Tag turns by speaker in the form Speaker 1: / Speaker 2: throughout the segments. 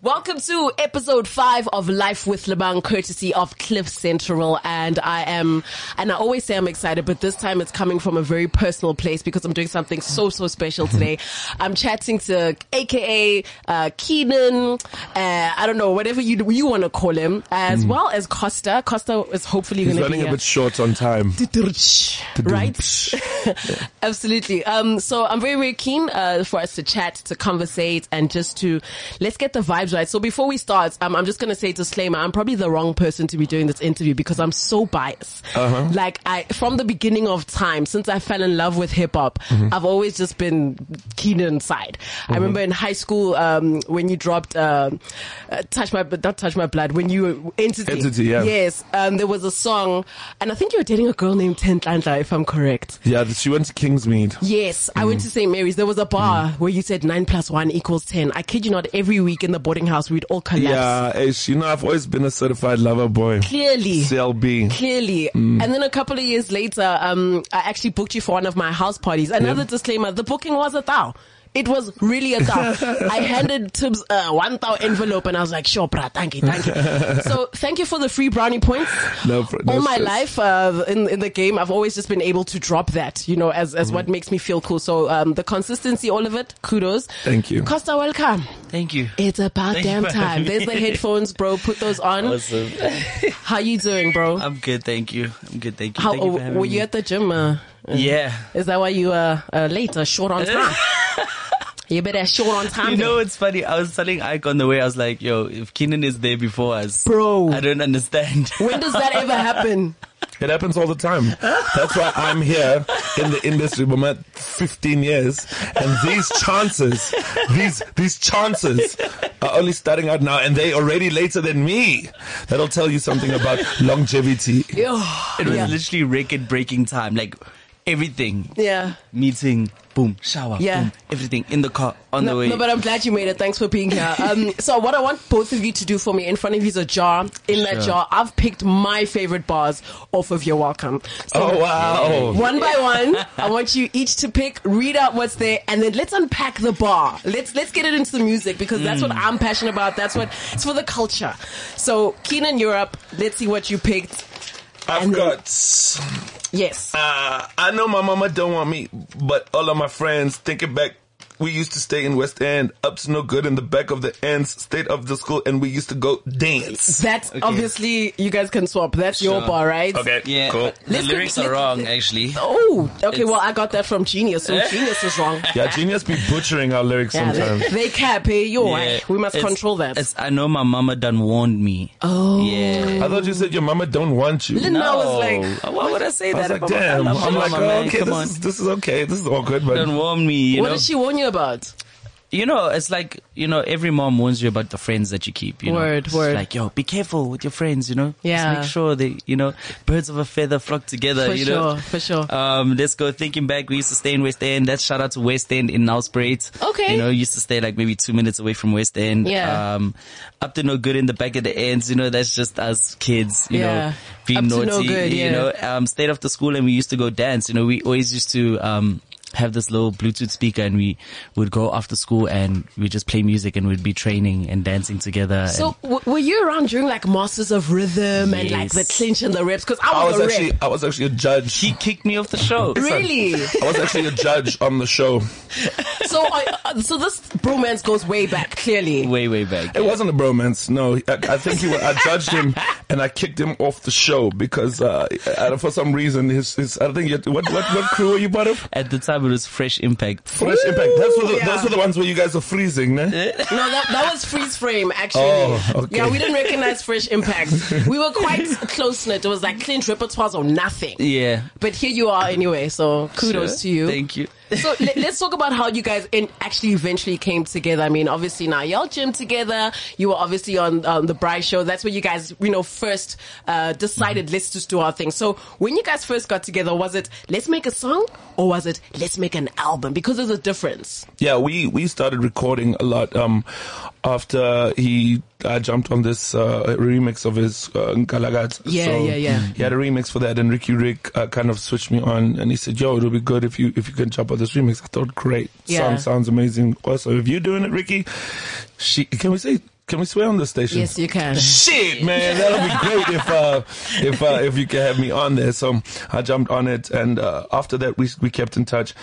Speaker 1: Welcome to episode five of Life with Lebang, courtesy of Cliff Central. And I am, and I always say I'm excited, but this time it's coming from a very personal place because I'm doing something so, so special today. I'm chatting to AKA, uh, Keenan, uh, I don't know, whatever you, you want to call him, as well as Costa. Costa is hopefully
Speaker 2: Mm.
Speaker 1: going
Speaker 2: He's
Speaker 1: to be
Speaker 2: running
Speaker 1: here.
Speaker 2: a bit short on time.
Speaker 1: right? Absolutely. Um, so I'm very, very keen, uh, for us to chat, to conversate and just to, let's get the vibes right. So before we start, um, I'm just going to say disclaimer. I'm probably the wrong person to be doing this interview because I'm so biased.
Speaker 2: Uh-huh.
Speaker 1: Like I, from the beginning of time, since I fell in love with hip hop,
Speaker 2: Mm-hmm.
Speaker 1: I've always just been Keenan side. I remember in high school, um, when you dropped, uh, uh, touch my, not touch my blood, when you, entity.
Speaker 2: Entity, yeah.
Speaker 1: Yes. Um, there was a song and I think you were dating a girl named Tentlantla, if I'm correct.
Speaker 2: Yeah, she went to Kingsmead.
Speaker 1: Yes, I went to St. Mary's. There was a bar where you said nine plus one equals ten. I kid you not, every week in the boarding house we'd all collapse.
Speaker 2: Yeah, ish. You know, I've always been a certified lover boy.
Speaker 1: Clearly.
Speaker 2: CLB.
Speaker 1: Clearly. And then a couple of years later, um, I actually booked you for one of my house parties. Another disclaimer, the booking was a thou. It was really a thou. I handed Tibbs a one thou envelope and I was like, sure, brah, thank you, thank you. so thank you for the free brownie points.
Speaker 2: No pr- no
Speaker 1: All my
Speaker 2: stress.
Speaker 1: life, uh, in, in the game, I've always just been able to drop that, you know, as, as
Speaker 2: Mm-hmm.
Speaker 1: what makes me feel cool. So, um, the consistency, all of it, kudos.
Speaker 2: Thank you.
Speaker 1: Costa, welcome.
Speaker 3: Thank you.
Speaker 1: It's about
Speaker 3: Thank you
Speaker 1: damn
Speaker 3: for
Speaker 1: time.
Speaker 3: having
Speaker 1: There's the
Speaker 3: me.
Speaker 1: headphones, bro. Put those on.
Speaker 3: Awesome.
Speaker 1: How you doing, bro?
Speaker 3: I'm good, thank you. I'm good, thank you.
Speaker 1: How
Speaker 3: thank you for
Speaker 1: uh,
Speaker 3: having
Speaker 1: were
Speaker 3: me.
Speaker 1: you at the gym? Uh,
Speaker 3: Yeah.
Speaker 1: is that why you uh, uh late or short on time? you better short on time,
Speaker 3: You know, it's funny. I was telling Ike on the way, I was like, yo, if Keenan is there before us,
Speaker 1: Bro.
Speaker 3: I don't understand.
Speaker 1: When does that ever happen?
Speaker 2: It happens all the time. That's why I'm here in the industry for my 15 years. And these chances, these, these chances are only starting out now and they already later than me. That'll tell you something about longevity.
Speaker 3: it was
Speaker 1: yeah.
Speaker 3: literally record breaking time. Like, everything.
Speaker 1: yeah.
Speaker 3: Meeting, boom, shower,
Speaker 1: Yeah.
Speaker 3: boom, everything in the car, on the
Speaker 1: No,
Speaker 3: way.
Speaker 1: no, but I'm glad you made it. Thanks for being here. Um, so what I want both of you to do for me in front of you is a jar. In that
Speaker 3: Sure.
Speaker 1: jar, I've picked my favorite bars off of your welcome. So
Speaker 2: Oh, wow.
Speaker 1: One by one, I want you each to pick, read out what's there, and then let's unpack the bar. Let's let's get it into the music because that's what I'm passionate about. That's what it's for the culture. So Keenan, you're up. Let's see what you picked.
Speaker 2: I've
Speaker 1: And-
Speaker 2: got
Speaker 1: Yes.
Speaker 2: Uh, I know my mama don't want me, but all of my friends thinking back. We used to stay in West End, up to no good in the back of the ends, state of the school, and we used to go dance.
Speaker 1: That's obviously you guys can swap. That's your
Speaker 3: Sure.
Speaker 1: bar, right?
Speaker 2: Okay,
Speaker 3: yeah,
Speaker 2: cool.
Speaker 3: but the
Speaker 1: uh, Let's go-
Speaker 3: lyrics are
Speaker 1: let's-
Speaker 3: wrong, actually.
Speaker 1: Oh, okay.
Speaker 3: It's-
Speaker 1: well, I got that from Genius, so Genius is wrong.
Speaker 2: Yeah, genius be butchering our lyrics
Speaker 1: Yeah,
Speaker 2: sometimes.
Speaker 1: they, they cap, hey, yo, eh,
Speaker 3: Yeah.
Speaker 1: we must
Speaker 3: It's-
Speaker 1: control that.
Speaker 3: It's, I know my mama done warned me.
Speaker 1: Oh.
Speaker 3: Yeah.
Speaker 2: I thought you said your mama don't want you.
Speaker 1: Then I was like,
Speaker 3: why would I say
Speaker 2: I was
Speaker 3: that?
Speaker 2: like,
Speaker 3: about my
Speaker 2: damn.
Speaker 3: mama?
Speaker 2: I'm like,
Speaker 3: Mama, man,
Speaker 2: oh, okay,
Speaker 3: come
Speaker 2: this
Speaker 3: on.
Speaker 2: is, this is okay. This is all good, but
Speaker 3: Don't warn me. You
Speaker 1: what
Speaker 3: know?
Speaker 1: did she warn you about?
Speaker 3: you know, it's like, you know, every mom warns you about the friends that you keep, you
Speaker 1: Word,
Speaker 3: know. It's
Speaker 1: word.
Speaker 3: Like, yo, be careful with your friends, you know?
Speaker 1: Yeah.
Speaker 3: Just make sure they, you know, birds of a feather flock together,
Speaker 1: For
Speaker 3: Uh, you
Speaker 1: sure,
Speaker 3: know?
Speaker 1: for sure.
Speaker 3: Um, let's go thinking back. We used to stay in West End. That's shout out to West End in Nelspruit.
Speaker 1: Okay.
Speaker 3: You know, used to stay like maybe two minutes away from West End.
Speaker 1: Yeah.
Speaker 3: Um, up to no good in the back of the ends, you know, that's just us kids, you
Speaker 1: Yeah.
Speaker 3: know, being
Speaker 1: Up to no
Speaker 3: naughty,
Speaker 1: good, yeah.
Speaker 3: you know, um, stayed after school and we used to go dance. You know, we always used to, um, have this little Bluetooth speaker and we would go after school and we just play music and we'd be training and dancing together.
Speaker 1: So, w- were you around during like Masters of Rhythm and like the
Speaker 3: Yes.
Speaker 1: clinch and the reps? Because I
Speaker 2: I
Speaker 1: was,
Speaker 2: was
Speaker 1: a
Speaker 2: actually
Speaker 1: rep.
Speaker 2: I was actually a judge.
Speaker 3: he kicked me off the show.
Speaker 1: Really?
Speaker 2: I was actually a judge on the show.
Speaker 1: so, I, uh, so this bromance goes way back, clearly.
Speaker 3: Way, way back.
Speaker 2: It wasn't a bromance. No, I, I think he. wa- I judged him and I kicked him off the show because uh, I- for some reason his. his I think you, what what what crew are you part of?
Speaker 3: At the time it was Fresh Impact.
Speaker 2: Fresh Impact. That's for the,
Speaker 1: yeah.
Speaker 2: those were the ones where you guys are freezing, ne?
Speaker 1: No, that, that was freeze frame actually.
Speaker 2: Oh, okay.
Speaker 1: Yeah, we didn't recognize fresh impacts. We were quite close knit. It was like clinch repertoires or nothing.
Speaker 3: Yeah.
Speaker 1: But here you are anyway. So kudos
Speaker 3: Sure.
Speaker 1: to you.
Speaker 3: Thank you.
Speaker 1: so let, us talk about how you guys in, actually eventually came together. I mean, obviously now y'all gym together. You were obviously on um, the Bry show. That's where you guys, you know, first uh, decided let's just do our thing. So when you guys first got together, was it let's make a song or was it let's make an album? Because there's a difference.
Speaker 2: Yeah, we we started recording a lot um after he I jumped on this uh, remix of his uh, Nkalagat.
Speaker 1: Yeah,
Speaker 2: So
Speaker 1: yeah, yeah.
Speaker 2: He had a remix for that, and Ricky Rick uh, kind of switched me on, and he said, "Yo, it'll be good if you if you can jump on this remix." I thought, "Great,
Speaker 1: Yeah.
Speaker 2: song sounds amazing." Also, if you're doing it, Ricky, she can we say can we swear on the station?
Speaker 1: Yes, you can.
Speaker 2: Shit, man, that'll be great if uh, if uh, if you can have me on there. So I jumped on it, and uh, after that, we we kept in touch,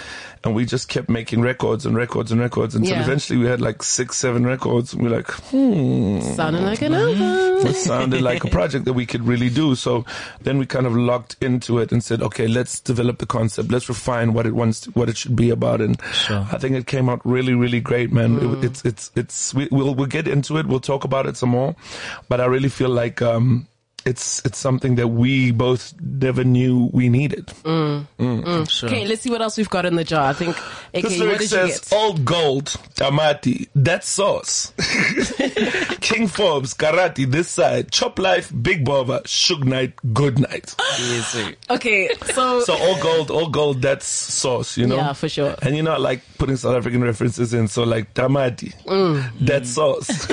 Speaker 2: and we just kept making records and records and records until
Speaker 1: Yeah.
Speaker 2: eventually we had like six, seven records. And we're like,
Speaker 1: Sounding like an album.
Speaker 2: it sounded like a project that we could really do. So then we kind of locked into it and said, okay, let's develop the concept. Let's refine what it wants, what it should be about. And
Speaker 3: Sure.
Speaker 2: I think it came out really, really great, man. It, it's, it's, it's, we, we'll, we'll get into it. We'll talk about it some more, but I really feel like, um, it's, it's something that we both never knew we needed.
Speaker 3: Sure.
Speaker 1: Okay, let's see what else we've got in the jar. I think,
Speaker 2: This
Speaker 1: okay, what
Speaker 2: lyric
Speaker 1: did you
Speaker 2: says,
Speaker 1: get?
Speaker 2: old gold, tamati, that sauce. King Forbes, karate, this side, chop life, big bova, shug night, good night.
Speaker 3: Yes, sir.
Speaker 1: Okay, so,
Speaker 2: So all gold, all gold, that's sauce, you know?
Speaker 1: Yeah, for sure.
Speaker 2: And you're not like putting South African references in. So like tamati,
Speaker 1: Mm.
Speaker 2: that's sauce.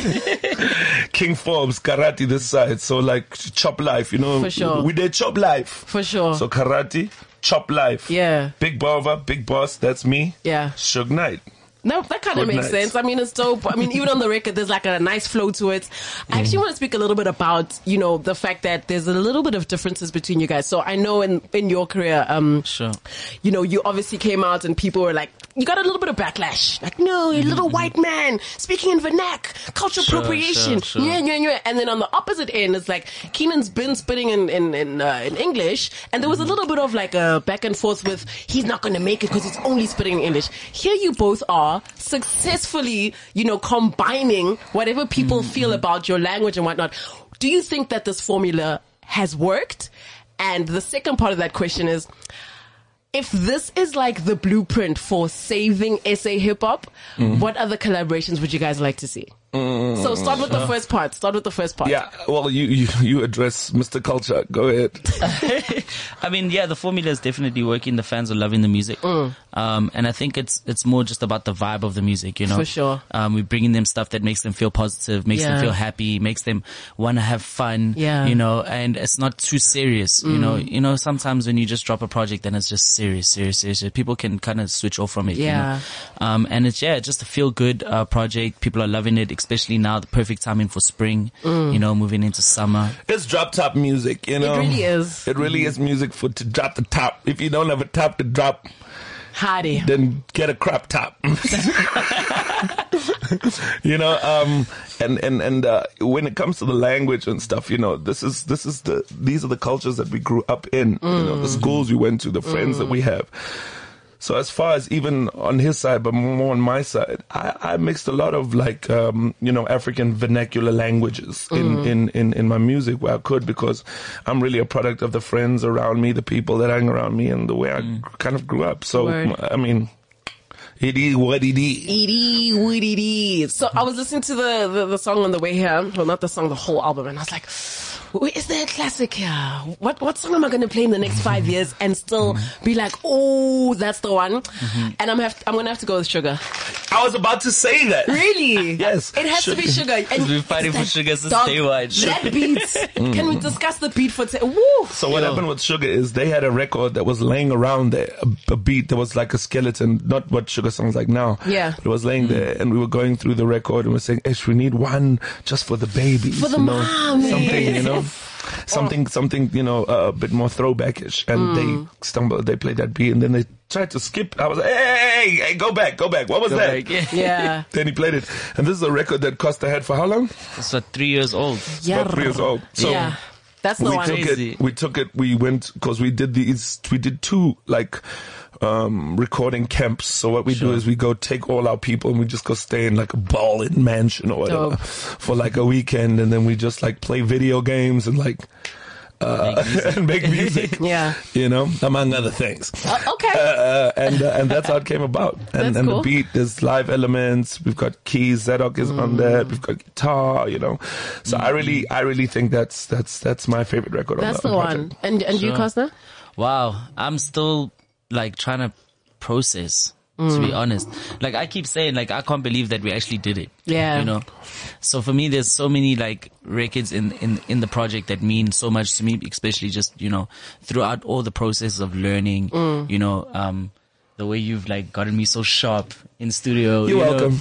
Speaker 2: King Forbes, karate this side. So like chop life, you know?
Speaker 1: For sure.
Speaker 2: We did chop life.
Speaker 1: for sure.
Speaker 2: So karate, chop life.
Speaker 1: Yeah.
Speaker 2: Big Bova, big boss, that's me.
Speaker 1: Yeah.
Speaker 2: Shug Knight.
Speaker 1: No, that kind of
Speaker 2: Good
Speaker 1: makes
Speaker 2: night.
Speaker 1: sense. I mean, it's dope. I mean, even on the record, there's like a nice flow to it. I actually want to speak a little bit about, you know, the fact that there's a little bit of differences between you guys. So I know in, in your career, um,
Speaker 3: Sure.
Speaker 1: you know, you obviously came out and people were like, you got a little bit of backlash. Like, no, you're a little white man speaking in vernac, cultural
Speaker 3: Mm-hmm. Sure,
Speaker 1: appropriation.
Speaker 3: sure, sure.
Speaker 1: Yeah, yeah, yeah. And then on the opposite end, it's like Keenan's been spitting in, in, in, uh, in English. And there was a
Speaker 3: Mm-hmm.
Speaker 1: little bit of like a back and forth with he's not going to make it because he's only spitting in English. Here you both are successfully, you know, combining whatever people
Speaker 3: Mm-hmm.
Speaker 1: feel about your language and whatnot. Do you think that this formula has worked? And the second part of that question is, if this is like the blueprint for saving SA hip hop, what other collaborations would you guys like to see? so start with the first part. Start with the first part.
Speaker 2: Yeah. Well, you, you, you address Mr. Culture. Go ahead.
Speaker 3: I mean, yeah, the formula is definitely working. The fans are loving the music,
Speaker 1: Mm.
Speaker 3: um, and I think it's it's more just about the vibe of the music, you know.
Speaker 1: For sure.
Speaker 3: um, we're bringing them stuff that makes them feel positive, makes
Speaker 1: Yeah.
Speaker 3: them feel happy, makes them want to have fun,
Speaker 1: Yeah. Mm.
Speaker 3: you know. And it's not too serious, you know. You know, sometimes when you just drop a project and it's just serious, serious, serious, people can kind of switch off from it. you
Speaker 1: Yeah.
Speaker 3: know. Um, and it's, yeah, just a feel good, uh, project. People are loving it, especially now, the perfect timing for spring,
Speaker 1: Mm.
Speaker 3: you know, moving into summer.
Speaker 2: It's drop top music, you know.
Speaker 1: really is.
Speaker 2: It really is music for to drop the top. If you don't have a top to drop,
Speaker 1: Hardy.
Speaker 2: then get a crop top. you know, um, and and and uh, when it comes to the language and stuff, you know, this is this is the these are the cultures that we grew up in. You know, the schools we went to, the friends that we have. So as far as even on his side, but more on my side, I, I mixed a lot of like um, you know African vernacular languages in, in, in, in my music where I could because I'm really a product of the friends around me, the people that hang around me, and the way I kind of grew up. So
Speaker 1: Word.
Speaker 2: I mean, it is what it is.
Speaker 1: Edie, what it is. So I was listening to the, the, the song on the way here. Well, not the song, the whole album. And I was like, "Wait, is there a classic here? What, what song am I going to play in the next five years and still be like, oh, that's the one? And I'm, have, I'm going to have to go with Sugar.
Speaker 2: I was about to say that.
Speaker 1: Really?
Speaker 2: Yes.
Speaker 1: It has to be sugar. And
Speaker 3: been fighting
Speaker 1: it's
Speaker 3: for
Speaker 1: that
Speaker 3: sugar since
Speaker 1: dog-
Speaker 3: day one.
Speaker 1: That beat. Can we discuss the beat for today? Woo!
Speaker 2: Mm. So what happened with Sugar is they had a record that was laying around there, a, a beat that was like a skeleton, not what Sugar sounds like now.
Speaker 1: Yeah.
Speaker 2: It was laying there and we were going through the record and we are saying, Ish, we need one just for the babies.
Speaker 1: For the
Speaker 2: you know,
Speaker 1: mommies.
Speaker 2: Something, you know, something, something, you know, uh, a bit more throwbackish. And
Speaker 1: Hmm.
Speaker 2: they stumbled, they played that beat and then they tried to skip. I was like, hey, hey, hey, hey go back, go back. What was that?
Speaker 3: Like, yeah.
Speaker 1: Yeah.
Speaker 2: Then he played it. And this is a record that Costa had for how long?
Speaker 3: It's like three years old.
Speaker 1: Yeah.
Speaker 2: About three years old. So-
Speaker 1: yeah. That's the
Speaker 2: we
Speaker 1: one.
Speaker 2: took
Speaker 3: Crazy.
Speaker 2: it. We took it. We went because we did these. We did two like um recording camps. So what we do is we go take all our people and we just go stay in like a ball in mansion or whatever
Speaker 1: Dope.
Speaker 2: for like a weekend, and then we just like play video games and like uh, and make music.
Speaker 1: Yeah.
Speaker 2: you know, among other things.
Speaker 1: Uh, okay.
Speaker 2: Uh, uh, and uh, and that's how it came about. And
Speaker 1: That's
Speaker 2: and
Speaker 1: cool.
Speaker 2: the beat, there's live elements. We've got keys. Zadok is on there.
Speaker 1: Mm.
Speaker 2: We've got guitar. You know, so I really, I really think that's that's that's my favorite record.
Speaker 1: That's
Speaker 2: on
Speaker 1: the one. And and you, Costa?
Speaker 3: Wow. I'm still like trying to process to be honest. Like I keep saying, like I can't believe that we actually did it.
Speaker 1: Yeah.
Speaker 3: You know. So for me, there's so many like records in in in the project that mean so much to me, especially just you know throughout all the process of learning. You know, um, the way you've like gotten me so sharp in studio.
Speaker 2: You're
Speaker 3: you know,
Speaker 2: welcome.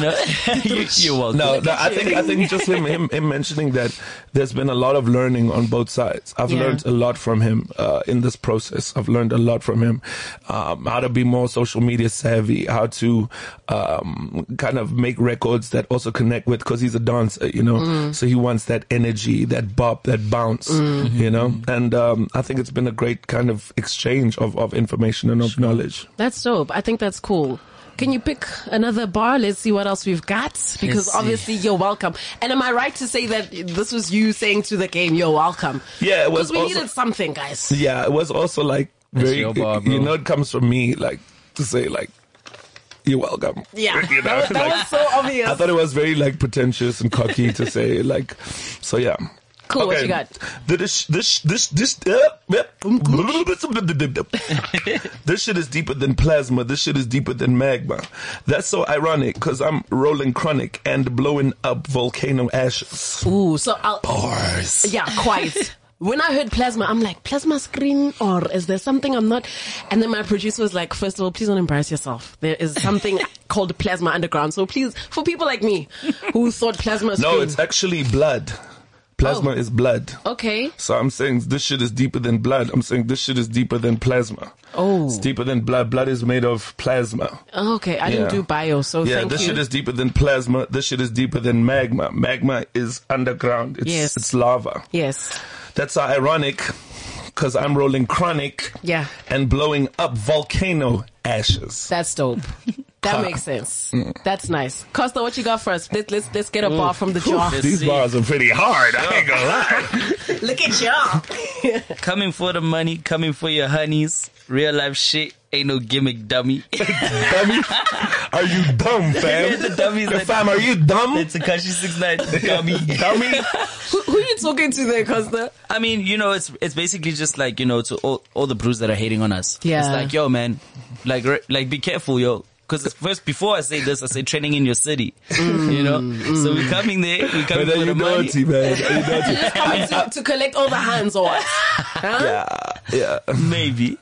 Speaker 3: know, you, you're welcome.
Speaker 2: No, no, I think I think just him, him him mentioning that there's been a lot of learning on both sides. I've
Speaker 1: Yeah.
Speaker 2: learned a lot from him uh, in this process. I've learned a lot from him um, how to be more social media savvy, how to um, kind of make records that also connect with because he's a dancer, you know. So he wants that energy, that bop, that bounce, you know. And um, I think it's been a great kind of exchange of of information and of knowledge.
Speaker 1: That's dope. I think that's cool. Can you pick another bar? Let's see what else we've got. Because
Speaker 3: see.
Speaker 1: obviously you're welcome. And am I right to say that this was you saying to the game, you're welcome?
Speaker 2: Yeah, it was
Speaker 1: Because we
Speaker 2: also-
Speaker 1: needed something, guys.
Speaker 2: Yeah, it was also like very.
Speaker 3: your bar, bro.
Speaker 2: you know, it comes from me, like to say like, "You're welcome."
Speaker 1: Yeah.
Speaker 2: You know,
Speaker 1: That was- that
Speaker 2: like,
Speaker 1: was so obvious.
Speaker 2: I thought it was very like pretentious and cocky to say like, so yeah.
Speaker 1: Cool, what you got?
Speaker 2: The- This this this this uh, this shit is deeper than plasma. This shit is deeper than magma. That's so ironic because I'm rolling chronic and blowing up volcano ashes.
Speaker 1: Ooh, so I'll,
Speaker 2: Bars.
Speaker 1: yeah, quite. When I heard plasma, I'm like, plasma screen or is there something I'm not? And then my producer was like, first of all, please don't embarrass yourself. There is something called plasma underground. So please, for people like me who thought plasma screen.
Speaker 2: No, it's actually blood. Plasma
Speaker 1: Oh.
Speaker 2: is blood.
Speaker 1: okay.
Speaker 2: So I'm saying this shit is deeper than blood. I'm saying this shit is deeper than plasma.
Speaker 1: Oh.
Speaker 2: It's deeper than blood. Blood is made of plasma.
Speaker 1: Okay. I didn't
Speaker 2: Yeah.
Speaker 1: do bio. So
Speaker 2: yeah,
Speaker 1: thank
Speaker 2: this
Speaker 1: you.
Speaker 2: shit is deeper than plasma. This shit is deeper than magma. Magma is underground. It's,
Speaker 1: Yes.
Speaker 2: it's lava.
Speaker 1: yes.
Speaker 2: That's so ironic because I'm rolling chronic
Speaker 1: Yeah.
Speaker 2: and blowing up volcano ashes.
Speaker 1: That's dope. That makes sense. That's nice. Costa, what you got for us? Let's let's let's
Speaker 2: Mm.
Speaker 1: get a bar from the jar.
Speaker 3: Let's
Speaker 2: These
Speaker 3: see.
Speaker 2: bars are pretty hard. I ain't gonna lie.
Speaker 1: Look at y'all.
Speaker 3: coming for the money, coming for your honeys. Real life shit ain't no gimmick, dummy.
Speaker 2: dummy? Are you dumb, fam?
Speaker 3: The dummies that-
Speaker 2: fam, are you dumb?
Speaker 3: It's a Kashi six nine dummy.
Speaker 2: dummy?
Speaker 1: Who, who you talking to there, Costa?
Speaker 3: I mean, you know, it's it's basically just like you know to all all the brews that are hating on us.
Speaker 1: Yeah.
Speaker 3: it's like yo, man, like re- like be careful, yo. Because first, before I say this, I say training in your city. you know, so we're coming there. We're coming
Speaker 2: But are
Speaker 3: for
Speaker 2: you
Speaker 3: the money.
Speaker 2: naughty, man? Are you naughty?
Speaker 1: Just coming to, to collect all the hands or what? Huh?
Speaker 2: Yeah, yeah,
Speaker 3: Maybe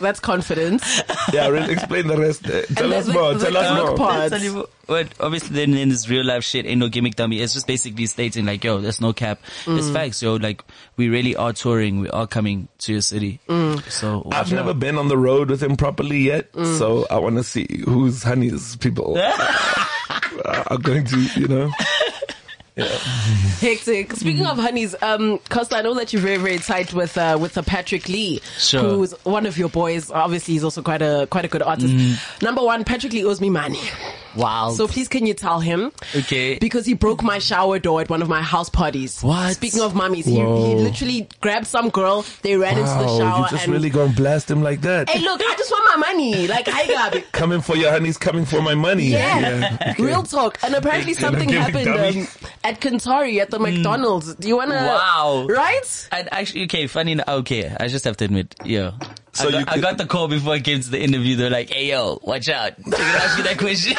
Speaker 1: That's confidence.
Speaker 2: yeah. Really explain the rest. Uh, tell
Speaker 1: And
Speaker 2: us
Speaker 1: the-
Speaker 2: more.
Speaker 1: the-
Speaker 2: Tell
Speaker 1: the
Speaker 2: us
Speaker 1: dark
Speaker 2: more.
Speaker 1: part.
Speaker 3: That's not even- But obviously, then in this real life shit, ain't no gimmick dummy. It's just basically stating like, yo, there's no cap. It's facts, yo. Like we really are touring. We are coming to your city. So
Speaker 2: I've
Speaker 3: watch
Speaker 2: never
Speaker 3: out.
Speaker 2: been on the road with him properly yet,
Speaker 3: Mm.
Speaker 2: so I want to see who's honey's people uh, are going to, you know.
Speaker 1: Hectic. Speaking of honeys, um, Costa, I know that you're very, very tight with uh, with uh, Patrick Lee,
Speaker 3: Sure.
Speaker 1: who's one of your boys. Obviously, he's also quite a quite a good artist.
Speaker 2: Mm.
Speaker 1: Number one, Patrick Lee owes me money,
Speaker 3: Wow.
Speaker 1: so please can you tell him?
Speaker 3: Okay.
Speaker 1: Because he broke my shower door at one of my house parties.
Speaker 3: What?
Speaker 1: Speaking of mummies, he, he
Speaker 2: Whoa.
Speaker 1: literally grabbed some girl. They ran into the shower.
Speaker 2: Wow, you just
Speaker 1: and,
Speaker 2: really gonna blast him like that?
Speaker 1: Hey, look! I just want my money. Like I got it.
Speaker 2: Coming for your honey's coming for my money.
Speaker 1: Yeah. Real talk. And apparently something
Speaker 2: give it,
Speaker 1: happened
Speaker 2: dummy. Mm.
Speaker 1: um, at Kentari at the McDonald's. Do you wanna?
Speaker 3: Wow.
Speaker 1: Right?
Speaker 3: And actually, okay, funny. enough- Okay, I just have to admit, yo.
Speaker 2: So
Speaker 3: I, got,
Speaker 2: you
Speaker 3: I
Speaker 2: could-
Speaker 3: got the call before I came to the interview. They're like, "Hey, yo, watch out! They're gonna ask you that question."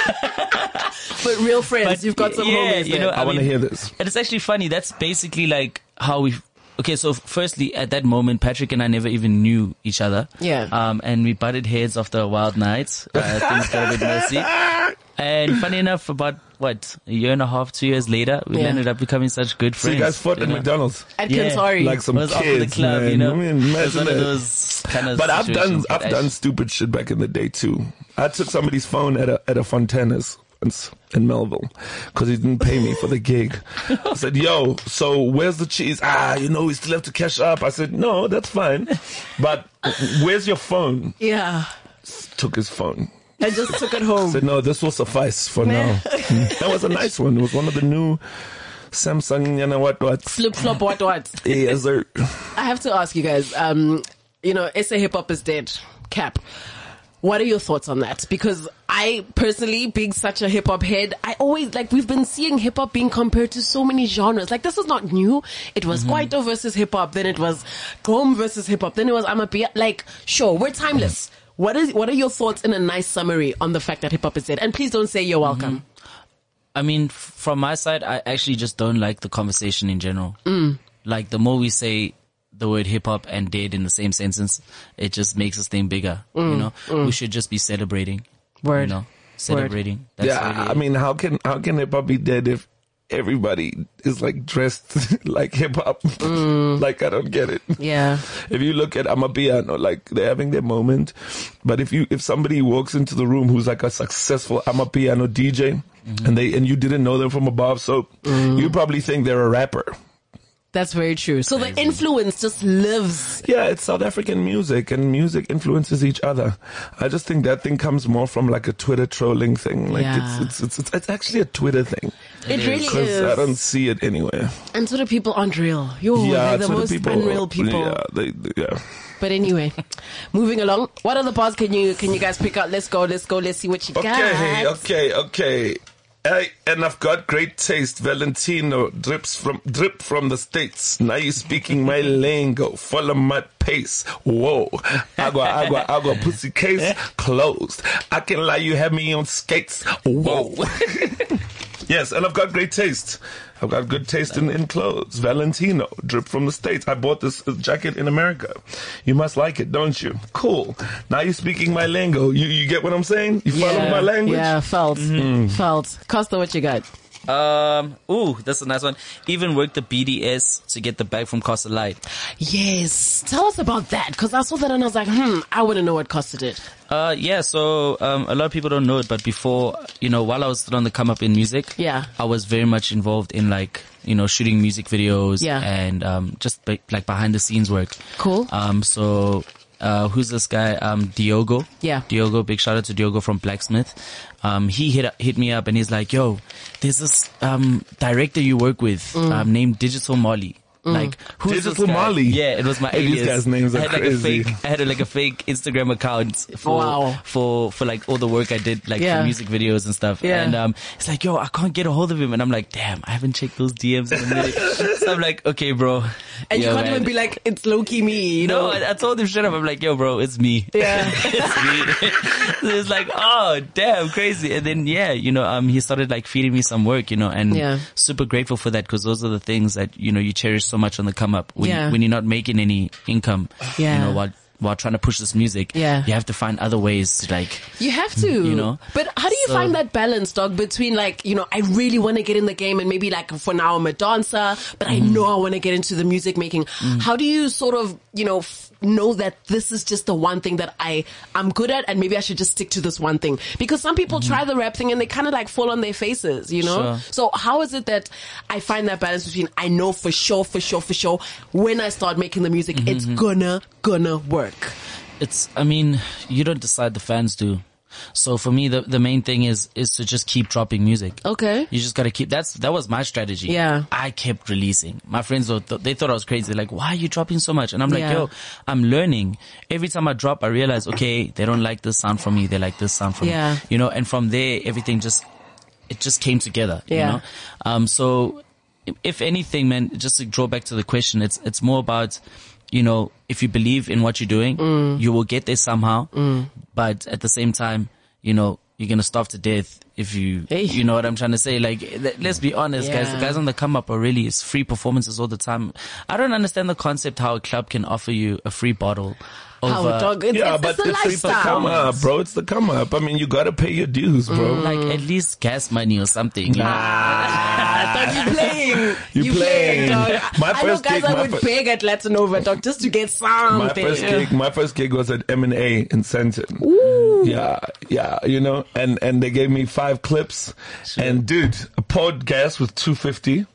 Speaker 1: But real friends, you've got some
Speaker 3: yeah,
Speaker 1: homies.
Speaker 3: you
Speaker 1: there.
Speaker 3: know,
Speaker 2: I, want to
Speaker 3: mean-
Speaker 2: hear this.
Speaker 3: And it's actually funny. That's basically like how we. Okay, so firstly, at that moment, Patrick and I never even knew each other.
Speaker 1: Yeah.
Speaker 3: Um, and we butted heads after a wild night. Uh, things got a bit messy. And funny enough, about what a year and a half, two years later, we
Speaker 1: Yeah.
Speaker 3: ended up becoming such good
Speaker 2: So
Speaker 3: friends.
Speaker 2: you guys fought
Speaker 3: you
Speaker 2: at
Speaker 3: know?
Speaker 2: McDonald's.
Speaker 1: At
Speaker 3: yeah,
Speaker 1: Kentari.
Speaker 2: Like some
Speaker 3: It was
Speaker 2: kids,
Speaker 3: off of the club,
Speaker 2: man.
Speaker 3: you know.
Speaker 2: I mean,
Speaker 3: It was
Speaker 2: imagine
Speaker 3: one of
Speaker 2: that.
Speaker 3: those kind of
Speaker 2: But I've done
Speaker 3: situations that
Speaker 2: I've done
Speaker 3: actually-
Speaker 2: stupid shit back in the day too. I took somebody's phone at a at a Fontana's once in Melville because he didn't pay me for the gig. I said, "Yo, so where's the cheese? Ah, you know, we still have to cash up." I said, "No, that's fine, but where's your phone?"
Speaker 1: yeah.
Speaker 2: Took his phone.
Speaker 1: I just took it home.
Speaker 2: Said, "No, this will suffice for now."
Speaker 1: Man.
Speaker 2: that was a nice one. It was one of the new Samsung, you know what what.
Speaker 1: Flip flop what what.
Speaker 2: Yeah, sir.
Speaker 1: I have to ask you guys, um, you know, SA hip hop is dead. Cap. What are your thoughts on that? Because I personally, being such a hip hop head, I always like we've been seeing hip hop being compared to so many genres. Like this is not new. It was
Speaker 3: Mm-hmm.
Speaker 1: Kwaito versus hip hop, then it was Grom versus hip hop, then it was I'm a Like, sure, we're timeless. What is what are your thoughts in a nice summary on the fact that hip hop is dead? And please don't say you're welcome.
Speaker 3: I mean, f- from my side, I actually just don't like the conversation in general.
Speaker 1: Mm.
Speaker 3: Like the more we say the word hip hop and dead in the same sentence, it just makes this thing bigger. You know, we should just be celebrating.
Speaker 1: Mm. Word.
Speaker 3: You know, celebrating. That's
Speaker 2: yeah,
Speaker 3: really
Speaker 2: I-
Speaker 3: it.
Speaker 2: I mean, how can how can hip hop be dead if everybody is like dressed like hip hop?
Speaker 3: Mm.
Speaker 2: like I don't get it.
Speaker 1: Yeah.
Speaker 2: If you look at Amapiano, like they're having their moment, but if you if somebody walks into the room who's like a successful Amapiano DJ
Speaker 3: Mm-hmm.
Speaker 2: and they and you didn't know them from above, so
Speaker 3: Mm.
Speaker 2: you probably think they're a rapper.
Speaker 1: That's very true. So the influence just lives.
Speaker 2: Yeah, it's South African music, and music influences each other. I just think that thing comes more from like a Twitter trolling thing. Like
Speaker 1: Yeah.
Speaker 2: it's, it's it's it's it's actually a Twitter thing
Speaker 1: It,
Speaker 3: is.
Speaker 1: really
Speaker 2: because I don't
Speaker 1: is.
Speaker 2: see it anywhere.
Speaker 1: And Twitter people aren't real. You're
Speaker 2: yeah,
Speaker 1: the
Speaker 2: Twitter
Speaker 1: most unreal people.
Speaker 2: Yeah, they, they- yeah.
Speaker 1: But anyway, moving along. What other bars can you can you guys pick out? Let's go. Let's go. Let's see what you got.
Speaker 2: Okay, okay, okay. Hey, and I've got great taste. Valentino drips from drip from the states. Now you speaking my lingo. Follow my pace. Whoa, agua, agua, agua. Pussy case closed. I can lie. You have me on skates. Whoa. yes, and I've got great taste. I've got good taste in, in clothes. Valentino drip from the states. I bought this uh, jacket in America. You must like it, don't you? Cool. Now you speaking my lingo. You you get what I'm saying? You follow my language. Mm-hmm.
Speaker 1: Yeah, felt. Felt. Costa, what you got?
Speaker 3: Um, ooh, that's a nice one. Even worked the BDS to get the bag from Costa Light.
Speaker 1: Yes. Tell us about that, because I saw that and I was like, hmm, I wouldn't know what Costa did.
Speaker 3: Uh, yeah, so, um, a lot of people don't know it, but before, you know, while I was still on the come up in music,
Speaker 1: Yeah.
Speaker 3: I was very much involved in like, you know, shooting music videos
Speaker 1: Yeah.
Speaker 3: and, um, just be- like behind the scenes work.
Speaker 1: Cool.
Speaker 3: Um, so, uh, who's this guy? Um, Diogo.
Speaker 1: Yeah.
Speaker 3: Diogo, big shout out to Diogo from Blacksmith. Um, he hit, hit me up and he's like, yo, there's this, um, director you work with,
Speaker 1: Mm.
Speaker 3: um, named Digital Molly. Like, who's
Speaker 2: Digital
Speaker 3: this guy?
Speaker 2: Molly?
Speaker 3: Yeah, it was my
Speaker 2: Hey, these
Speaker 3: alias.
Speaker 2: guys' names
Speaker 3: I
Speaker 2: are
Speaker 3: had like
Speaker 2: crazy.
Speaker 3: a fake I had like a fake Instagram account for
Speaker 1: Oh, Wow.
Speaker 3: for for like all the work I did, like
Speaker 1: Yeah.
Speaker 3: for music videos and stuff.
Speaker 1: Yeah.
Speaker 3: And um, it's like, yo, I can't get a hold of him, and I'm like, damn, I haven't checked those DMs in a minute. so I'm like, okay, bro.
Speaker 1: And
Speaker 3: Yo,
Speaker 1: you can't
Speaker 3: man.
Speaker 1: even be like, it's low key me, you know?
Speaker 3: No, I, I told him straight up. I'm like, yo, bro, it's me.
Speaker 1: Yeah.
Speaker 3: it's me. so it's like, oh, damn, crazy. And then yeah, you know, um, he started like feeding me some work, you know, and
Speaker 1: Yeah.
Speaker 3: super grateful for that because those are the things that you know you cherish so much on the come up when
Speaker 1: Yeah.
Speaker 3: you, when you're not making any income,
Speaker 1: Yeah.
Speaker 3: you know, while while trying to push this music,
Speaker 1: Yeah.
Speaker 3: you have to find other ways to like.
Speaker 1: You have to, you
Speaker 3: know?
Speaker 1: But how do you
Speaker 3: So-
Speaker 1: find that balance, dog, between like, you know, I really want to get in the game and maybe like for now I'm a dancer, but
Speaker 3: Mm-hmm.
Speaker 1: I know I want to get into the music making.
Speaker 3: Mm.
Speaker 1: How do you sort of, you know, f- know that this is just the one thing that I I'm good at and maybe I should just stick to this one thing? Because some people try the rap thing and they kind of like fall on their faces, you know?
Speaker 3: Mm-hmm. Sure.
Speaker 1: So how is it that I find that balance between I know for sure, for sure, for sure when I start making the music, it's
Speaker 3: Mm-hmm.
Speaker 1: gonna gonna work.
Speaker 3: It's, I mean, you don't decide; the fans do. So for me, the the main thing is is to just keep dropping music.
Speaker 1: Okay.
Speaker 3: You just gotta keep. That's that was my strategy.
Speaker 1: Yeah.
Speaker 3: I kept releasing. My friends were th- they thought I was crazy. Like, why are you dropping so much? And I'm like,
Speaker 1: Yeah.
Speaker 3: yo, I'm learning. Every time I drop, I realize, okay, they don't like this sound from me. They like this sound from
Speaker 1: Yeah.
Speaker 3: me. You know, and from there, everything just it just came together.
Speaker 1: Yeah.
Speaker 3: You know? Um. So, i- if anything, man, just to draw back to the question, it's it's more about. You know, if you believe in what you're doing, you will get there somehow. But at the same time, you know, you're gonna starve to death if you
Speaker 1: Hey.
Speaker 3: you know what I'm trying to say? Like, let- let's be honest, guys. The
Speaker 1: Yeah.
Speaker 3: guys on the come up are really it's free performances all the time. I don't understand the concept how a club can offer you a free bottle uh, over
Speaker 1: Oh, dog, it's,
Speaker 2: Yeah,
Speaker 1: it's,
Speaker 2: but
Speaker 1: it's a
Speaker 2: it's, it's the
Speaker 1: lifestyle.
Speaker 2: come up, bro. It's the come up. I mean, you gotta pay your dues, bro.
Speaker 1: Mm.
Speaker 3: like at least gas money or something. you know?
Speaker 2: Ah,
Speaker 1: I thought you playing.
Speaker 2: You playing.
Speaker 1: dog.
Speaker 2: My
Speaker 1: I know
Speaker 2: first
Speaker 1: guys
Speaker 2: gig,
Speaker 1: I
Speaker 2: my
Speaker 1: would
Speaker 2: fir-
Speaker 1: beg at Latin Nova, dog, just to get something.
Speaker 2: My first gig, my first gig was at M and A in Senton. Yeah, yeah, you know, and and they gave me five clips, and dude, I poured gas with two fifty,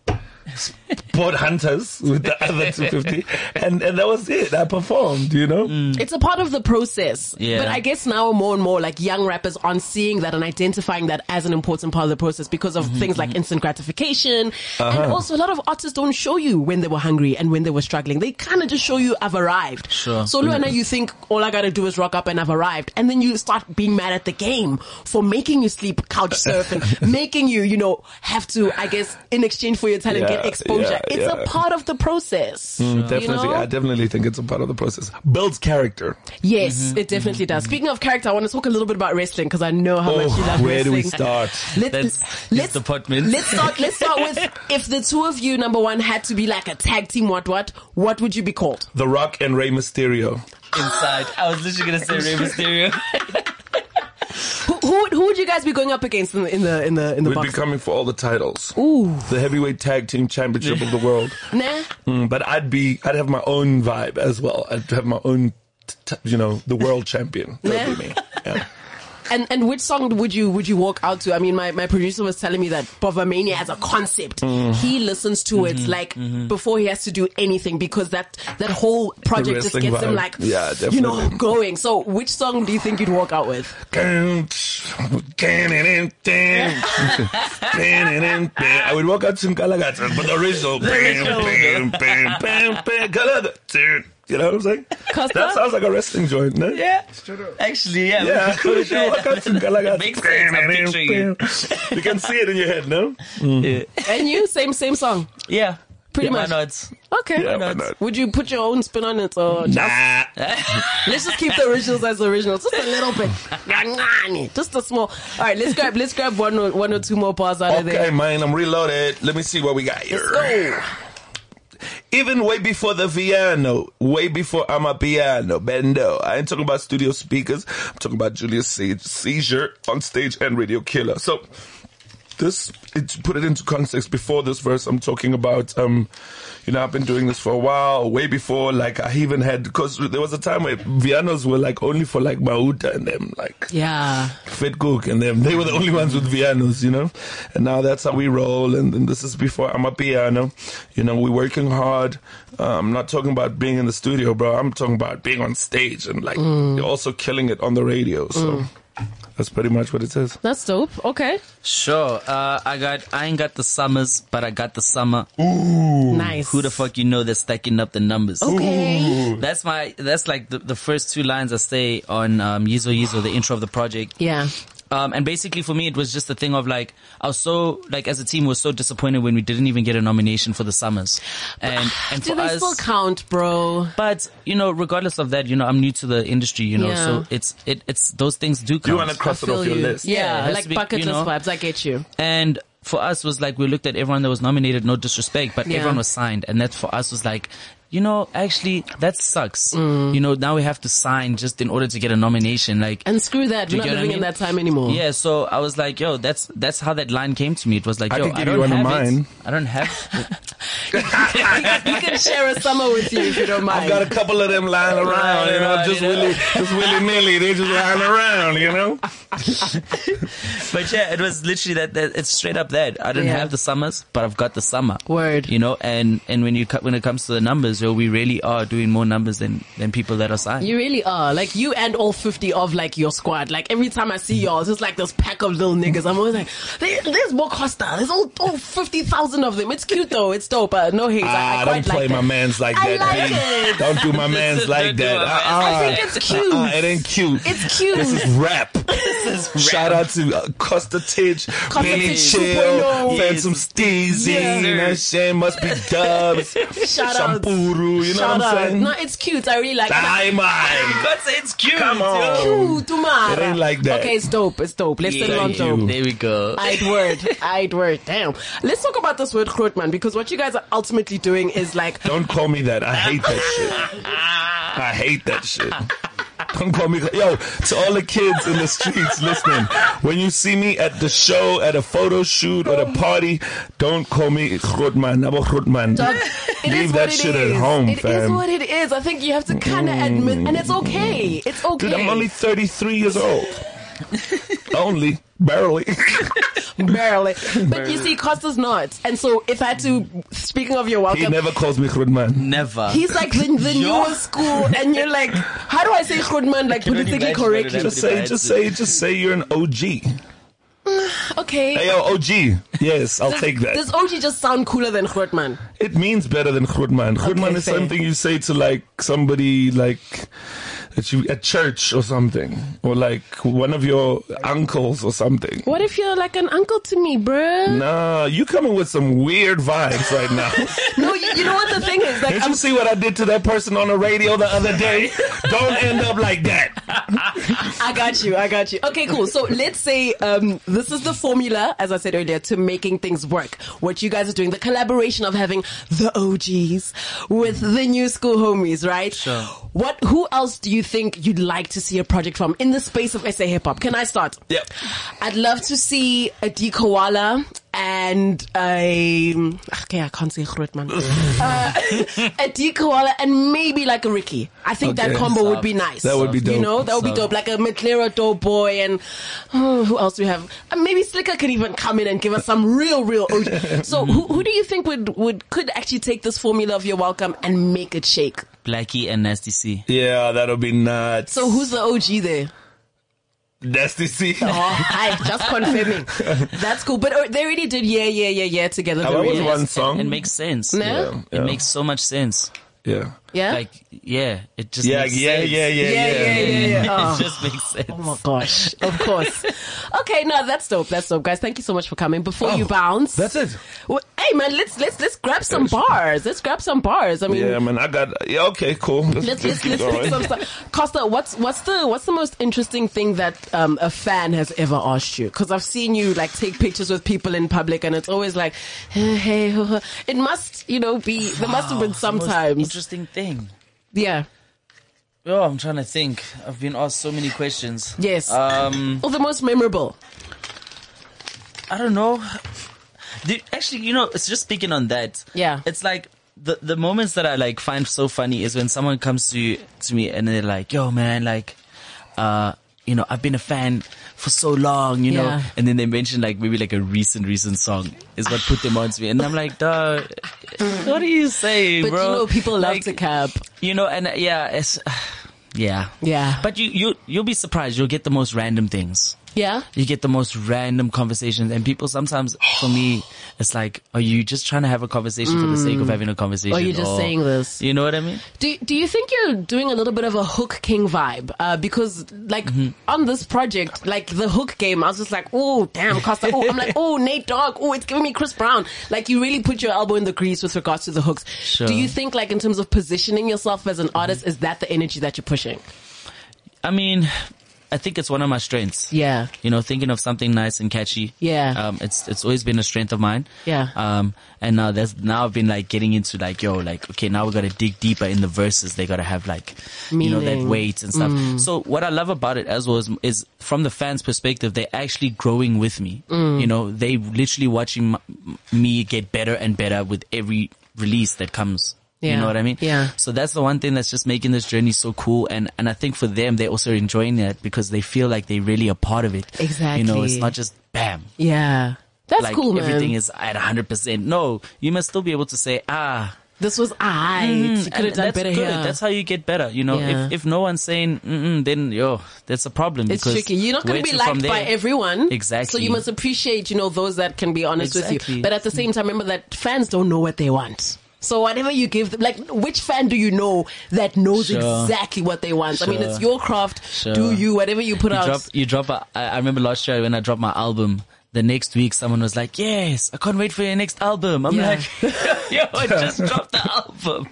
Speaker 2: poured hunters with the other two fifty, and and that was it. I performed, you know.
Speaker 1: It's a part of the process.
Speaker 3: Yeah.
Speaker 1: But I guess now more and more like young rappers aren't seeing that and identifying that as an important part of the process because
Speaker 2: Mm-hmm.
Speaker 1: of things like instant gratification.
Speaker 2: Uh-huh.
Speaker 1: And also a lot of artists don't show you when they were hungry and when they were struggling. They kind of just show you I've arrived.
Speaker 3: Sure.
Speaker 1: So Luana,
Speaker 2: Mm-hmm.
Speaker 1: you think all I gotta do is rock up and I've arrived. And then you start being mad at the game for making you sleep couch surf and making you, you know, have to, I guess, in exchange for your talent,
Speaker 2: Yeah,
Speaker 1: get exposure.
Speaker 2: yeah.
Speaker 1: It's
Speaker 2: yeah. Mm-hmm.
Speaker 1: a part of the process.
Speaker 2: Definitely,
Speaker 1: You know?
Speaker 2: I definitely think it's a part of the process. Builds character.
Speaker 1: Yes,
Speaker 2: Mm-hmm.
Speaker 1: it definitely does. Speaking of character, I want to talk a little bit about wrestling because I know how much you
Speaker 2: Oh,
Speaker 1: love
Speaker 2: where do we
Speaker 1: wrestling.
Speaker 2: start?
Speaker 1: Let,
Speaker 3: That's his
Speaker 1: let's,
Speaker 3: department.
Speaker 1: let's start. Let's start with if the two of you, number one, had to be like a tag team. What what? What would you be called?
Speaker 2: The Rock and Rey Mysterio.
Speaker 3: inside. I was literally gonna say Rey Mysterio.
Speaker 1: Who, who who would you guys be going up against in the in the in the, in the
Speaker 2: We'd be
Speaker 1: box?
Speaker 2: coming for all the titles.
Speaker 1: Ooh.
Speaker 2: The heavyweight tag team championship of the world.
Speaker 1: nah.
Speaker 2: Mm, but I'd be, I'd have my own vibe as well. I'd have my own, t- t- you know, the world champion. That'd be me. Yeah.
Speaker 1: And and which song would you would you walk out to? I mean, my, my producer was telling me that Bovamania as a concept,
Speaker 2: Mm.
Speaker 1: he listens to
Speaker 2: Mm-hmm.
Speaker 1: it like before he has to do anything because that that whole project just
Speaker 2: wrestling
Speaker 1: gets him
Speaker 2: vibe.
Speaker 1: like
Speaker 2: Yeah,
Speaker 1: you know
Speaker 2: definitely.
Speaker 1: going. So which song do you think you'd walk out with?
Speaker 2: I would walk out to Kalagatan, but the original. Bam, bam, bam, bam, bam, Kalagatan. You know what I'm saying?
Speaker 1: Costa?
Speaker 2: That sounds like a wrestling joint, no?
Speaker 3: Yeah. Actually, yeah.
Speaker 2: Yeah,
Speaker 3: we
Speaker 2: you
Speaker 3: could try
Speaker 2: should walk
Speaker 3: that.
Speaker 2: out to Kalagatan.
Speaker 3: Makes sense, I'm picturing
Speaker 2: You can see it in your head, no?
Speaker 3: Yeah.
Speaker 1: And you same same song.
Speaker 3: Yeah.
Speaker 1: Pretty
Speaker 3: Yeah,
Speaker 1: much.
Speaker 3: Why not?
Speaker 1: Okay.
Speaker 2: Yeah, why not?
Speaker 1: Would you put your own spin on it or
Speaker 2: Nah.
Speaker 1: let's just keep the originals as originals, just a little bit, just a small. All right, let's grab let's grab one or, one or two more bars out of
Speaker 2: Okay,
Speaker 1: there.
Speaker 2: man, I'm reloaded. Let me see what we got here.
Speaker 1: Let's go.
Speaker 2: Even way before the Viano, way before I'm a piano, Bendo. I ain't talking about studio speakers. I'm talking about Julius Se- Seizure on stage and Radio Killer. So this, it, to put it into context, before this verse, I'm talking about, um, you know, I've been doing this for a while, way before, like, I even had, because there was a time where Vianos were, like, only for, like, Mauta and them, like,
Speaker 1: Yeah.
Speaker 2: Fit Cook and them. They were the only ones with pianos, you know? And now that's how we roll. And, and this is before I'm a piano. You know, we're working hard. Uh, I'm not talking about being in the studio, bro. I'm talking about being on stage and like
Speaker 1: Mm.
Speaker 2: you're also killing it on the radio. So that's pretty much what it is.
Speaker 1: That's dope. Okay.
Speaker 3: Sure. Uh, I got. I ain't got the summers, but I got the summer.
Speaker 1: Nice.
Speaker 3: Who the fuck you know? They're stacking up the numbers.
Speaker 1: Okay.
Speaker 3: That's my. That's like the, the first two lines I say on um, Yizo Yizo, the intro of the project.
Speaker 1: Yeah.
Speaker 3: Um, and basically for me, it was just a thing of like, I was so, like as a team, we were so disappointed when we didn't even get a nomination for the summers. And, and
Speaker 1: Do
Speaker 3: for
Speaker 1: they
Speaker 3: us,
Speaker 1: still count, bro?
Speaker 3: but you know, regardless of that, you know, I'm new to the industry, you know,
Speaker 1: Yeah.
Speaker 3: so it's, it, it's, those things do come.
Speaker 2: You want to cross it off your list.
Speaker 3: Yeah, it
Speaker 1: Yeah,
Speaker 3: has
Speaker 1: like
Speaker 3: to be,
Speaker 1: bucket
Speaker 3: you
Speaker 1: list
Speaker 3: know.
Speaker 1: vibes. I get you.
Speaker 3: And for us was like, we looked at everyone that was nominated, no disrespect, but
Speaker 1: Yeah.
Speaker 3: everyone was signed. And that for us was like, you know, actually, that sucks. You know, now we have to sign just in order to get a nomination. Like,
Speaker 1: Mm. And screw that.
Speaker 3: Do
Speaker 1: We're not
Speaker 3: you get what I
Speaker 1: living in
Speaker 3: mean?
Speaker 1: that time anymore.
Speaker 3: yeah, so I was like, yo, that's, that's how that line came to me. It was like,
Speaker 2: I
Speaker 3: yo,
Speaker 2: could
Speaker 3: I
Speaker 2: give you
Speaker 3: don't
Speaker 2: one of
Speaker 3: have
Speaker 2: mine.
Speaker 3: it. I don't have,
Speaker 1: We can share a summer with you if you don't mind.
Speaker 2: I've got a couple of them lying around, you know,
Speaker 3: Lying
Speaker 2: just
Speaker 3: around, you know.
Speaker 2: willy, just willy nilly. They just lying around, you know.
Speaker 3: but yeah, it was literally that, that it's straight up that I don't
Speaker 1: Yeah.
Speaker 3: have the summers, but I've got the summer.
Speaker 1: Word.
Speaker 3: You know, and, and when you, co- when it comes to the numbers, yo, we really are doing more numbers than, than people that are signed.
Speaker 1: You really are. Like you and all 50 of like your squad. Like every time I see y'all, it's just like this pack of little niggas. I'm always like, there, there's more Costa. There's all, all 50,000 of them. It's cute though. It's dope. Uh, no hate. I,
Speaker 2: Ah,
Speaker 1: I
Speaker 2: don't
Speaker 1: quite
Speaker 2: play
Speaker 1: like
Speaker 2: my
Speaker 1: that.
Speaker 2: mans like
Speaker 1: I
Speaker 2: that.
Speaker 1: like
Speaker 2: please.
Speaker 1: it.
Speaker 2: Don't do my mans
Speaker 3: Don't
Speaker 2: like
Speaker 3: do
Speaker 2: that.
Speaker 3: my mans.
Speaker 2: Uh-uh.
Speaker 1: I think it's cute.
Speaker 2: Uh-uh, it ain't cute.
Speaker 1: It's cute.
Speaker 2: This is rap. Shout out to uh, Costa Tidge,
Speaker 1: Costa
Speaker 2: Benny
Speaker 1: Tidge
Speaker 2: Chill,
Speaker 1: 2.0.
Speaker 2: Phantom Steezy,
Speaker 1: oh. Yeah.
Speaker 2: you know what I'm saying? Must be Dubs,
Speaker 1: Shout out.
Speaker 2: Shampuru, you know
Speaker 1: Shout
Speaker 2: what I'm
Speaker 1: out.
Speaker 2: saying?
Speaker 1: No, it's cute. I really like it.
Speaker 2: Diamond.
Speaker 3: God say it's cute.
Speaker 2: Come on.
Speaker 3: yo.
Speaker 1: Ooh, Dumara.
Speaker 2: It ain't like that.
Speaker 1: Okay, it's dope. It's dope. Let's settle on
Speaker 2: Thank you.
Speaker 1: dope.
Speaker 3: There we go.
Speaker 1: I'd word. I'd word. Damn. Let's talk about this word Grootman because what you guys are ultimately doing is like
Speaker 2: Don't call me that. I hate that shit. I hate that shit. Don't call me. Yo, to all the kids in the streets listening, when you see me at the show, at a photo shoot, or a party, don't call me Grotman. Nabo Grotman.
Speaker 1: Dog, it is
Speaker 2: Leave
Speaker 1: what
Speaker 2: that
Speaker 1: it
Speaker 2: shit
Speaker 1: is.
Speaker 2: at home,
Speaker 1: It is
Speaker 2: fam. Mm.
Speaker 1: what it is. I think you have to kind of admit, and it's okay. It's okay.
Speaker 2: Dude, I'm only 33 years old. only. Barely.
Speaker 1: barely, but you see, Costa's not. And so, if I had to, speaking of your
Speaker 2: he
Speaker 1: welcome,
Speaker 2: never calls me Grotman.
Speaker 3: Never.
Speaker 1: he's like the, the
Speaker 3: Yo.
Speaker 1: newer school, and you're like, how do I say Grootman like
Speaker 3: can only
Speaker 1: politically
Speaker 3: imagine what it
Speaker 1: correctly?
Speaker 3: is.
Speaker 2: Just say,
Speaker 3: bad.
Speaker 2: just say, just say you're an OG. Hey,
Speaker 1: Okay.
Speaker 2: yo, OG. Yes, I'll take that.
Speaker 1: Does OG just sound cooler than Grootman?
Speaker 2: It means better than Grootman. Grootman
Speaker 1: Okay,
Speaker 2: is
Speaker 1: fair.
Speaker 2: something you say to like somebody like that you at church or something, or like one of your uncles or something.
Speaker 1: What if you're like an uncle to me, bruh?
Speaker 2: Nah, you coming with some weird vibes right now.
Speaker 1: No, you, you know what the thing is? Like,
Speaker 2: Did you see what I did to that person on the radio the other day? Don't end up like that.
Speaker 1: I got you. I got you. Okay, cool. So let's say um, this is the formula, as I said earlier, to making things work. What you guys are doing, the collaboration of having the OGs with the new school homies, right?
Speaker 3: Sure.
Speaker 1: What? Who else do you think you'd like to see a project from in the space of SA hip hop? Can I start?
Speaker 2: Yep.
Speaker 1: I'd love to see a D Koala and a okay, I can't say Grootman. uh, a D Koala and maybe like a Ricky. I think that
Speaker 2: Okay.
Speaker 1: combo would be nice.
Speaker 2: That would be
Speaker 1: You
Speaker 2: dope.
Speaker 1: know, that would be
Speaker 3: So-
Speaker 1: dope. Like a McLaren Doughboy and oh, who else do we have? Uh, maybe Slicker could even come in and give us some real, real OG. so who, who do you think would, would, could actually take this formula of your welcome and make it shake?
Speaker 3: Blackie and Nasty C.
Speaker 2: Yeah, that'll be nuts.
Speaker 1: So who's the OG there?
Speaker 2: Nasty C.
Speaker 1: Oh, hi, just confirming. That's cool. But oh, they already did yeah, yeah, yeah, yeah together.
Speaker 2: That
Speaker 1: the
Speaker 2: was
Speaker 1: Reds.
Speaker 2: one song.
Speaker 3: It makes sense.
Speaker 1: No?
Speaker 2: yeah,
Speaker 3: It makes so much sense.
Speaker 2: yeah.
Speaker 1: Yeah?
Speaker 3: Like, yeah, it just
Speaker 2: Yeah,
Speaker 3: makes
Speaker 2: yeah,
Speaker 3: sense.
Speaker 2: yeah, yeah,
Speaker 1: yeah,
Speaker 2: yeah,
Speaker 1: yeah, yeah, yeah.
Speaker 3: It just makes sense.
Speaker 1: Oh my gosh. Of course. okay, no, that's dope. That's dope, guys. Thank you so much for coming. Before you
Speaker 2: Oh,
Speaker 1: bounce.
Speaker 2: That's it.
Speaker 1: Well, hey man, let's let's let's grab some bars. Let's grab some bars. I mean,
Speaker 2: Yeah, man, I got. Yeah, okay, cool. Let's, let's
Speaker 1: let's let's
Speaker 2: keep
Speaker 1: let's
Speaker 2: going.
Speaker 1: pick some stuff. Costa, what's what's the what's the most interesting thing that um, a fan has ever asked you? Because I've seen you like take pictures with people in public, and it's always like, hey, hey, huh, huh. it must you know be there must have been
Speaker 3: It's Oh, the most
Speaker 1: sometimes,
Speaker 3: Interesting thing.
Speaker 1: yeah,
Speaker 3: Oh, I'm trying to think. I've been asked so many questions.
Speaker 1: Yes.
Speaker 3: Um,
Speaker 1: or the most memorable.
Speaker 3: I don't know. The- actually, you know, it's just speaking on that.
Speaker 1: Yeah.
Speaker 3: It's like the the moments that I like find so funny is when someone comes to to me and they're like, "Yo, man, like, uh." You know, I've been a fan for so long, you know,
Speaker 1: Yeah.
Speaker 3: and then they mention like maybe like a recent, recent song is what put them on to me. And I'm like, duh, what are you saying,
Speaker 1: But
Speaker 3: bro?
Speaker 1: you know, people love
Speaker 3: Like,
Speaker 1: to cap.
Speaker 3: you know, and uh, yeah, it's, yeah,
Speaker 1: Yeah.
Speaker 3: But you you you'll be surprised. You'll get the most random things.
Speaker 1: Yeah,
Speaker 3: You get the most random conversations, and people sometimes, for me, it's like, are you just trying to have a conversation for the sake of having a conversation?
Speaker 1: Mm. Or you're just saying this.
Speaker 3: You know what I mean?
Speaker 1: Do Do you think you're doing a little bit of a hook king vibe? Uh, because like
Speaker 3: Mm-hmm.
Speaker 1: on this project, like the hook game, I was just like, oh damn, Costa. Oh, I'm like, oh Nate Dogg. Oh, it's giving me Chris Brown. Like you really put your elbow in the grease with regards to the hooks.
Speaker 3: Sure. Mm-hmm.
Speaker 1: Do you think like in terms of positioning yourself as an artist, is that the energy that you're pushing?
Speaker 3: I mean, I think it's one of my strengths.
Speaker 1: Yeah.
Speaker 3: You know, thinking of something nice and catchy.
Speaker 1: Yeah.
Speaker 3: Um, it's it's always been a strength of mine.
Speaker 1: Yeah.
Speaker 3: Um, and now that's now I've been like getting into like yo, like okay, now we gotta dig deeper in the verses. They gotta have like you know that
Speaker 1: Meaning. Mm.
Speaker 3: weight and stuff. So what I love about it as well is, is from the fans' perspective, they're actually growing with me.
Speaker 1: Mm.
Speaker 3: You know, they literally watching m- me get better and better with every release that comes. You
Speaker 1: Yeah.
Speaker 3: know what I mean?
Speaker 1: Yeah.
Speaker 3: So that's the one thing that's just making this journey so cool. And, and I think for them, they're also enjoying that because they feel like they're really a part of it. You know, it's
Speaker 1: Exactly.
Speaker 3: not just bam.
Speaker 1: Yeah, that's
Speaker 3: like
Speaker 1: cool, man.
Speaker 3: everything is at 100%. No, you must still be able to say, ah,
Speaker 1: this was I. Mm, you could have
Speaker 3: Mm-hmm. and
Speaker 1: done
Speaker 3: that's
Speaker 1: better
Speaker 3: good.
Speaker 1: here.
Speaker 3: That's how you get better. You know,
Speaker 1: Yeah.
Speaker 3: if, if no one's saying, Mm-mm, then yo, that's a problem.
Speaker 1: It's
Speaker 3: because
Speaker 1: tricky. You're not going
Speaker 3: where
Speaker 1: to be
Speaker 3: to from
Speaker 1: liked by
Speaker 3: there?
Speaker 1: everyone.
Speaker 3: Exactly.
Speaker 1: So you must appreciate, you know, those that can be honest with
Speaker 3: Exactly.
Speaker 1: you. But at the same time, remember that fans don't know what they want. So whatever you give them, like, which fan do you know that knows
Speaker 3: Sure.
Speaker 1: exactly what they want? I mean,
Speaker 3: Sure.
Speaker 1: it's your craft.
Speaker 3: Sure.
Speaker 1: Do you, whatever you put
Speaker 3: You
Speaker 1: out.
Speaker 3: drop, you drop a, I I remember last year when I dropped my album, the next week someone was like, yes, I can't wait for your next album. I'm
Speaker 1: Yeah.
Speaker 3: like, yo, I just dropped the album.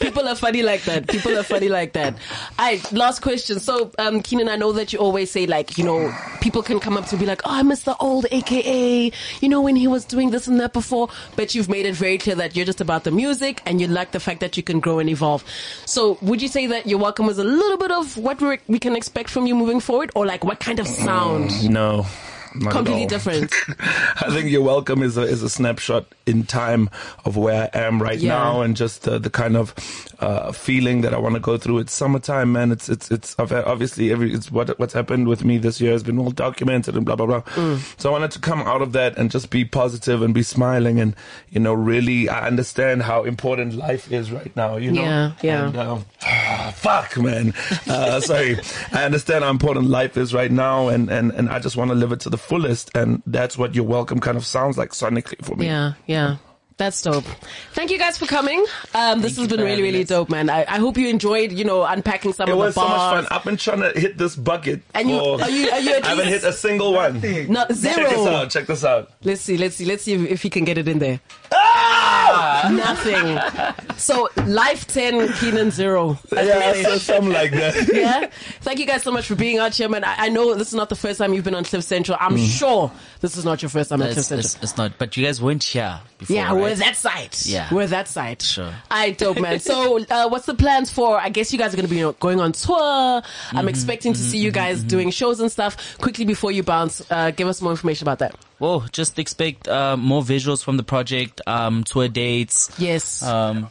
Speaker 1: People are funny like that. People are funny like that. I last question. So, um, Keenan, I know that you always say like, you know, people can come up to be like, "Oh, I miss the old AKA," you know, when he was doing this and that before. But you've made it very clear that you're just about the music and you like the fact that you can grow and evolve. So, would you say that your welcome was a little bit of what we we can expect from you moving forward, or like what kind of sound?
Speaker 2: No. not at
Speaker 1: Completely
Speaker 2: all.
Speaker 1: different.
Speaker 2: I think your welcome is a, is a snapshot in time of where I am right
Speaker 1: Yeah.
Speaker 2: now and just the, the kind of uh, feeling that I want to go through. It's summertime, man. It's it's it's I've- obviously every it's what what's happened with me this year has been all documented and blah blah blah.
Speaker 1: Mm.
Speaker 2: So I wanted to come out of that and just be positive and be smiling and you know really I understand how important life is right now. You know,
Speaker 1: Yeah, yeah.
Speaker 2: And, um, fuck, man. Uh, sorry. I understand how important life is right now, and, and, and I just want to live it to the fullest. And that's what your welcome kind of sounds like sonically for me.
Speaker 1: Yeah, yeah. That's dope. Thank you guys for coming. Um, this
Speaker 3: Thank
Speaker 1: has
Speaker 3: you
Speaker 1: been
Speaker 3: for
Speaker 1: really,
Speaker 3: having
Speaker 1: really
Speaker 3: us.
Speaker 1: dope, man. I, I hope you enjoyed, you know, unpacking some
Speaker 2: It
Speaker 1: of
Speaker 2: was
Speaker 1: the
Speaker 2: so much
Speaker 1: bars.
Speaker 2: fun. I've been trying to hit this bucket.
Speaker 1: And you-
Speaker 2: for-
Speaker 1: are you- are you at
Speaker 2: I haven't
Speaker 1: least-
Speaker 2: hit a single one. Check
Speaker 1: Not
Speaker 2: this
Speaker 1: zero.
Speaker 2: out. Check this out.
Speaker 1: Let's see. Let's see. Let's see if, if he can get it in there. Ah! Nothing. So life ten, Keenan zero.
Speaker 2: Yeah, so something like that.
Speaker 1: yeah. Thank you guys so much for being out here, man. I, I know this is not the first time you've been on Cliff Central. I'm sure this is not your first time on Cliff
Speaker 3: It's,
Speaker 1: Central.
Speaker 3: it's, it's not. But you guys weren't here before.
Speaker 1: yeah,
Speaker 3: right?
Speaker 1: we're that side.
Speaker 3: Yeah.
Speaker 1: We're that side.
Speaker 3: Sure.
Speaker 1: I dope, man. So, uh, what's the plans for? I guess you guys are going to be you know, going on tour. I'm expecting to see you guys doing shows and stuff. Quickly before you bounce, uh, give us more information about that.
Speaker 3: Well, just expect uh, more visuals from the project, um, tour dates.
Speaker 1: Yes.
Speaker 3: Um,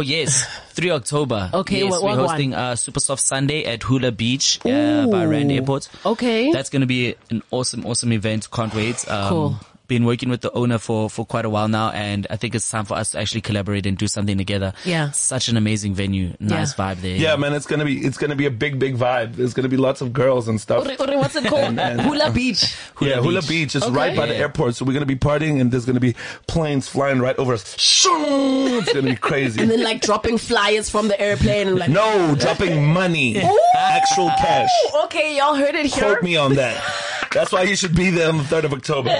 Speaker 3: yes, three October.
Speaker 1: Okay,
Speaker 3: yes,
Speaker 1: what- what
Speaker 3: we're
Speaker 1: one?
Speaker 3: hosting uh, Super Soft Sunday at Hula Beach uh, by
Speaker 1: Ooh.
Speaker 3: Rand Airport.
Speaker 1: okay.
Speaker 3: That's going to be an awesome, awesome event. Can't wait. Um,
Speaker 1: Cool.
Speaker 3: Been working with the owner for, for quite a while now, and I think it's time for us to actually collaborate and do something together.
Speaker 1: Yeah.
Speaker 3: Such an amazing venue. Nice
Speaker 1: Yeah.
Speaker 3: vibe there.
Speaker 2: Yeah, man, it's gonna be it's gonna be a big, big vibe. There's gonna be lots of girls and stuff.
Speaker 1: Uri- Uri, what's it called? Hula Beach.
Speaker 2: yeah, Hula Beach. is
Speaker 1: Okay.
Speaker 2: right by the
Speaker 3: Yeah.
Speaker 2: airport, so we're gonna be partying, and there's gonna be planes flying right over us. Shoo! It's gonna be crazy.
Speaker 1: And then like dropping flyers from the airplane and like,
Speaker 2: no, dropping money, actual cash.
Speaker 1: "Ooh, okay, y'all heard it here.
Speaker 2: Quote me on that. That's why you should be there on the third of October.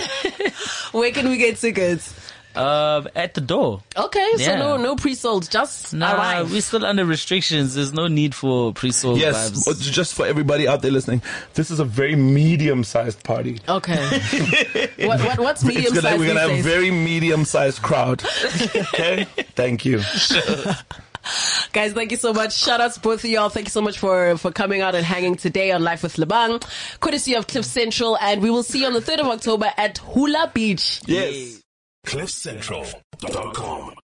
Speaker 1: Where can we get tickets?
Speaker 3: Uh, at the door.
Speaker 1: Okay, so
Speaker 3: Yeah.
Speaker 1: no, no pre-sold, just
Speaker 3: Nah,
Speaker 1: arrive.
Speaker 3: we're still under restrictions. There's no need for pre-sold
Speaker 2: Yes,
Speaker 3: vibes.
Speaker 2: just for everybody out there listening, this is a very medium-sized party.
Speaker 1: Okay. what, what, Oh, what's medium
Speaker 2: It's gonna,
Speaker 1: sized
Speaker 2: we're gonna have a
Speaker 1: these days?
Speaker 2: very medium-sized crowd. Okay, thank you.
Speaker 1: Guys, thank you so much. Shout outs both of y'all. Thank you so much for, for coming out and hanging today on Life with Lebang, courtesy of Cliff Central. And we will see you on the 3rd of October at Hula Beach.
Speaker 2: Yes.
Speaker 4: CliffCentral.com.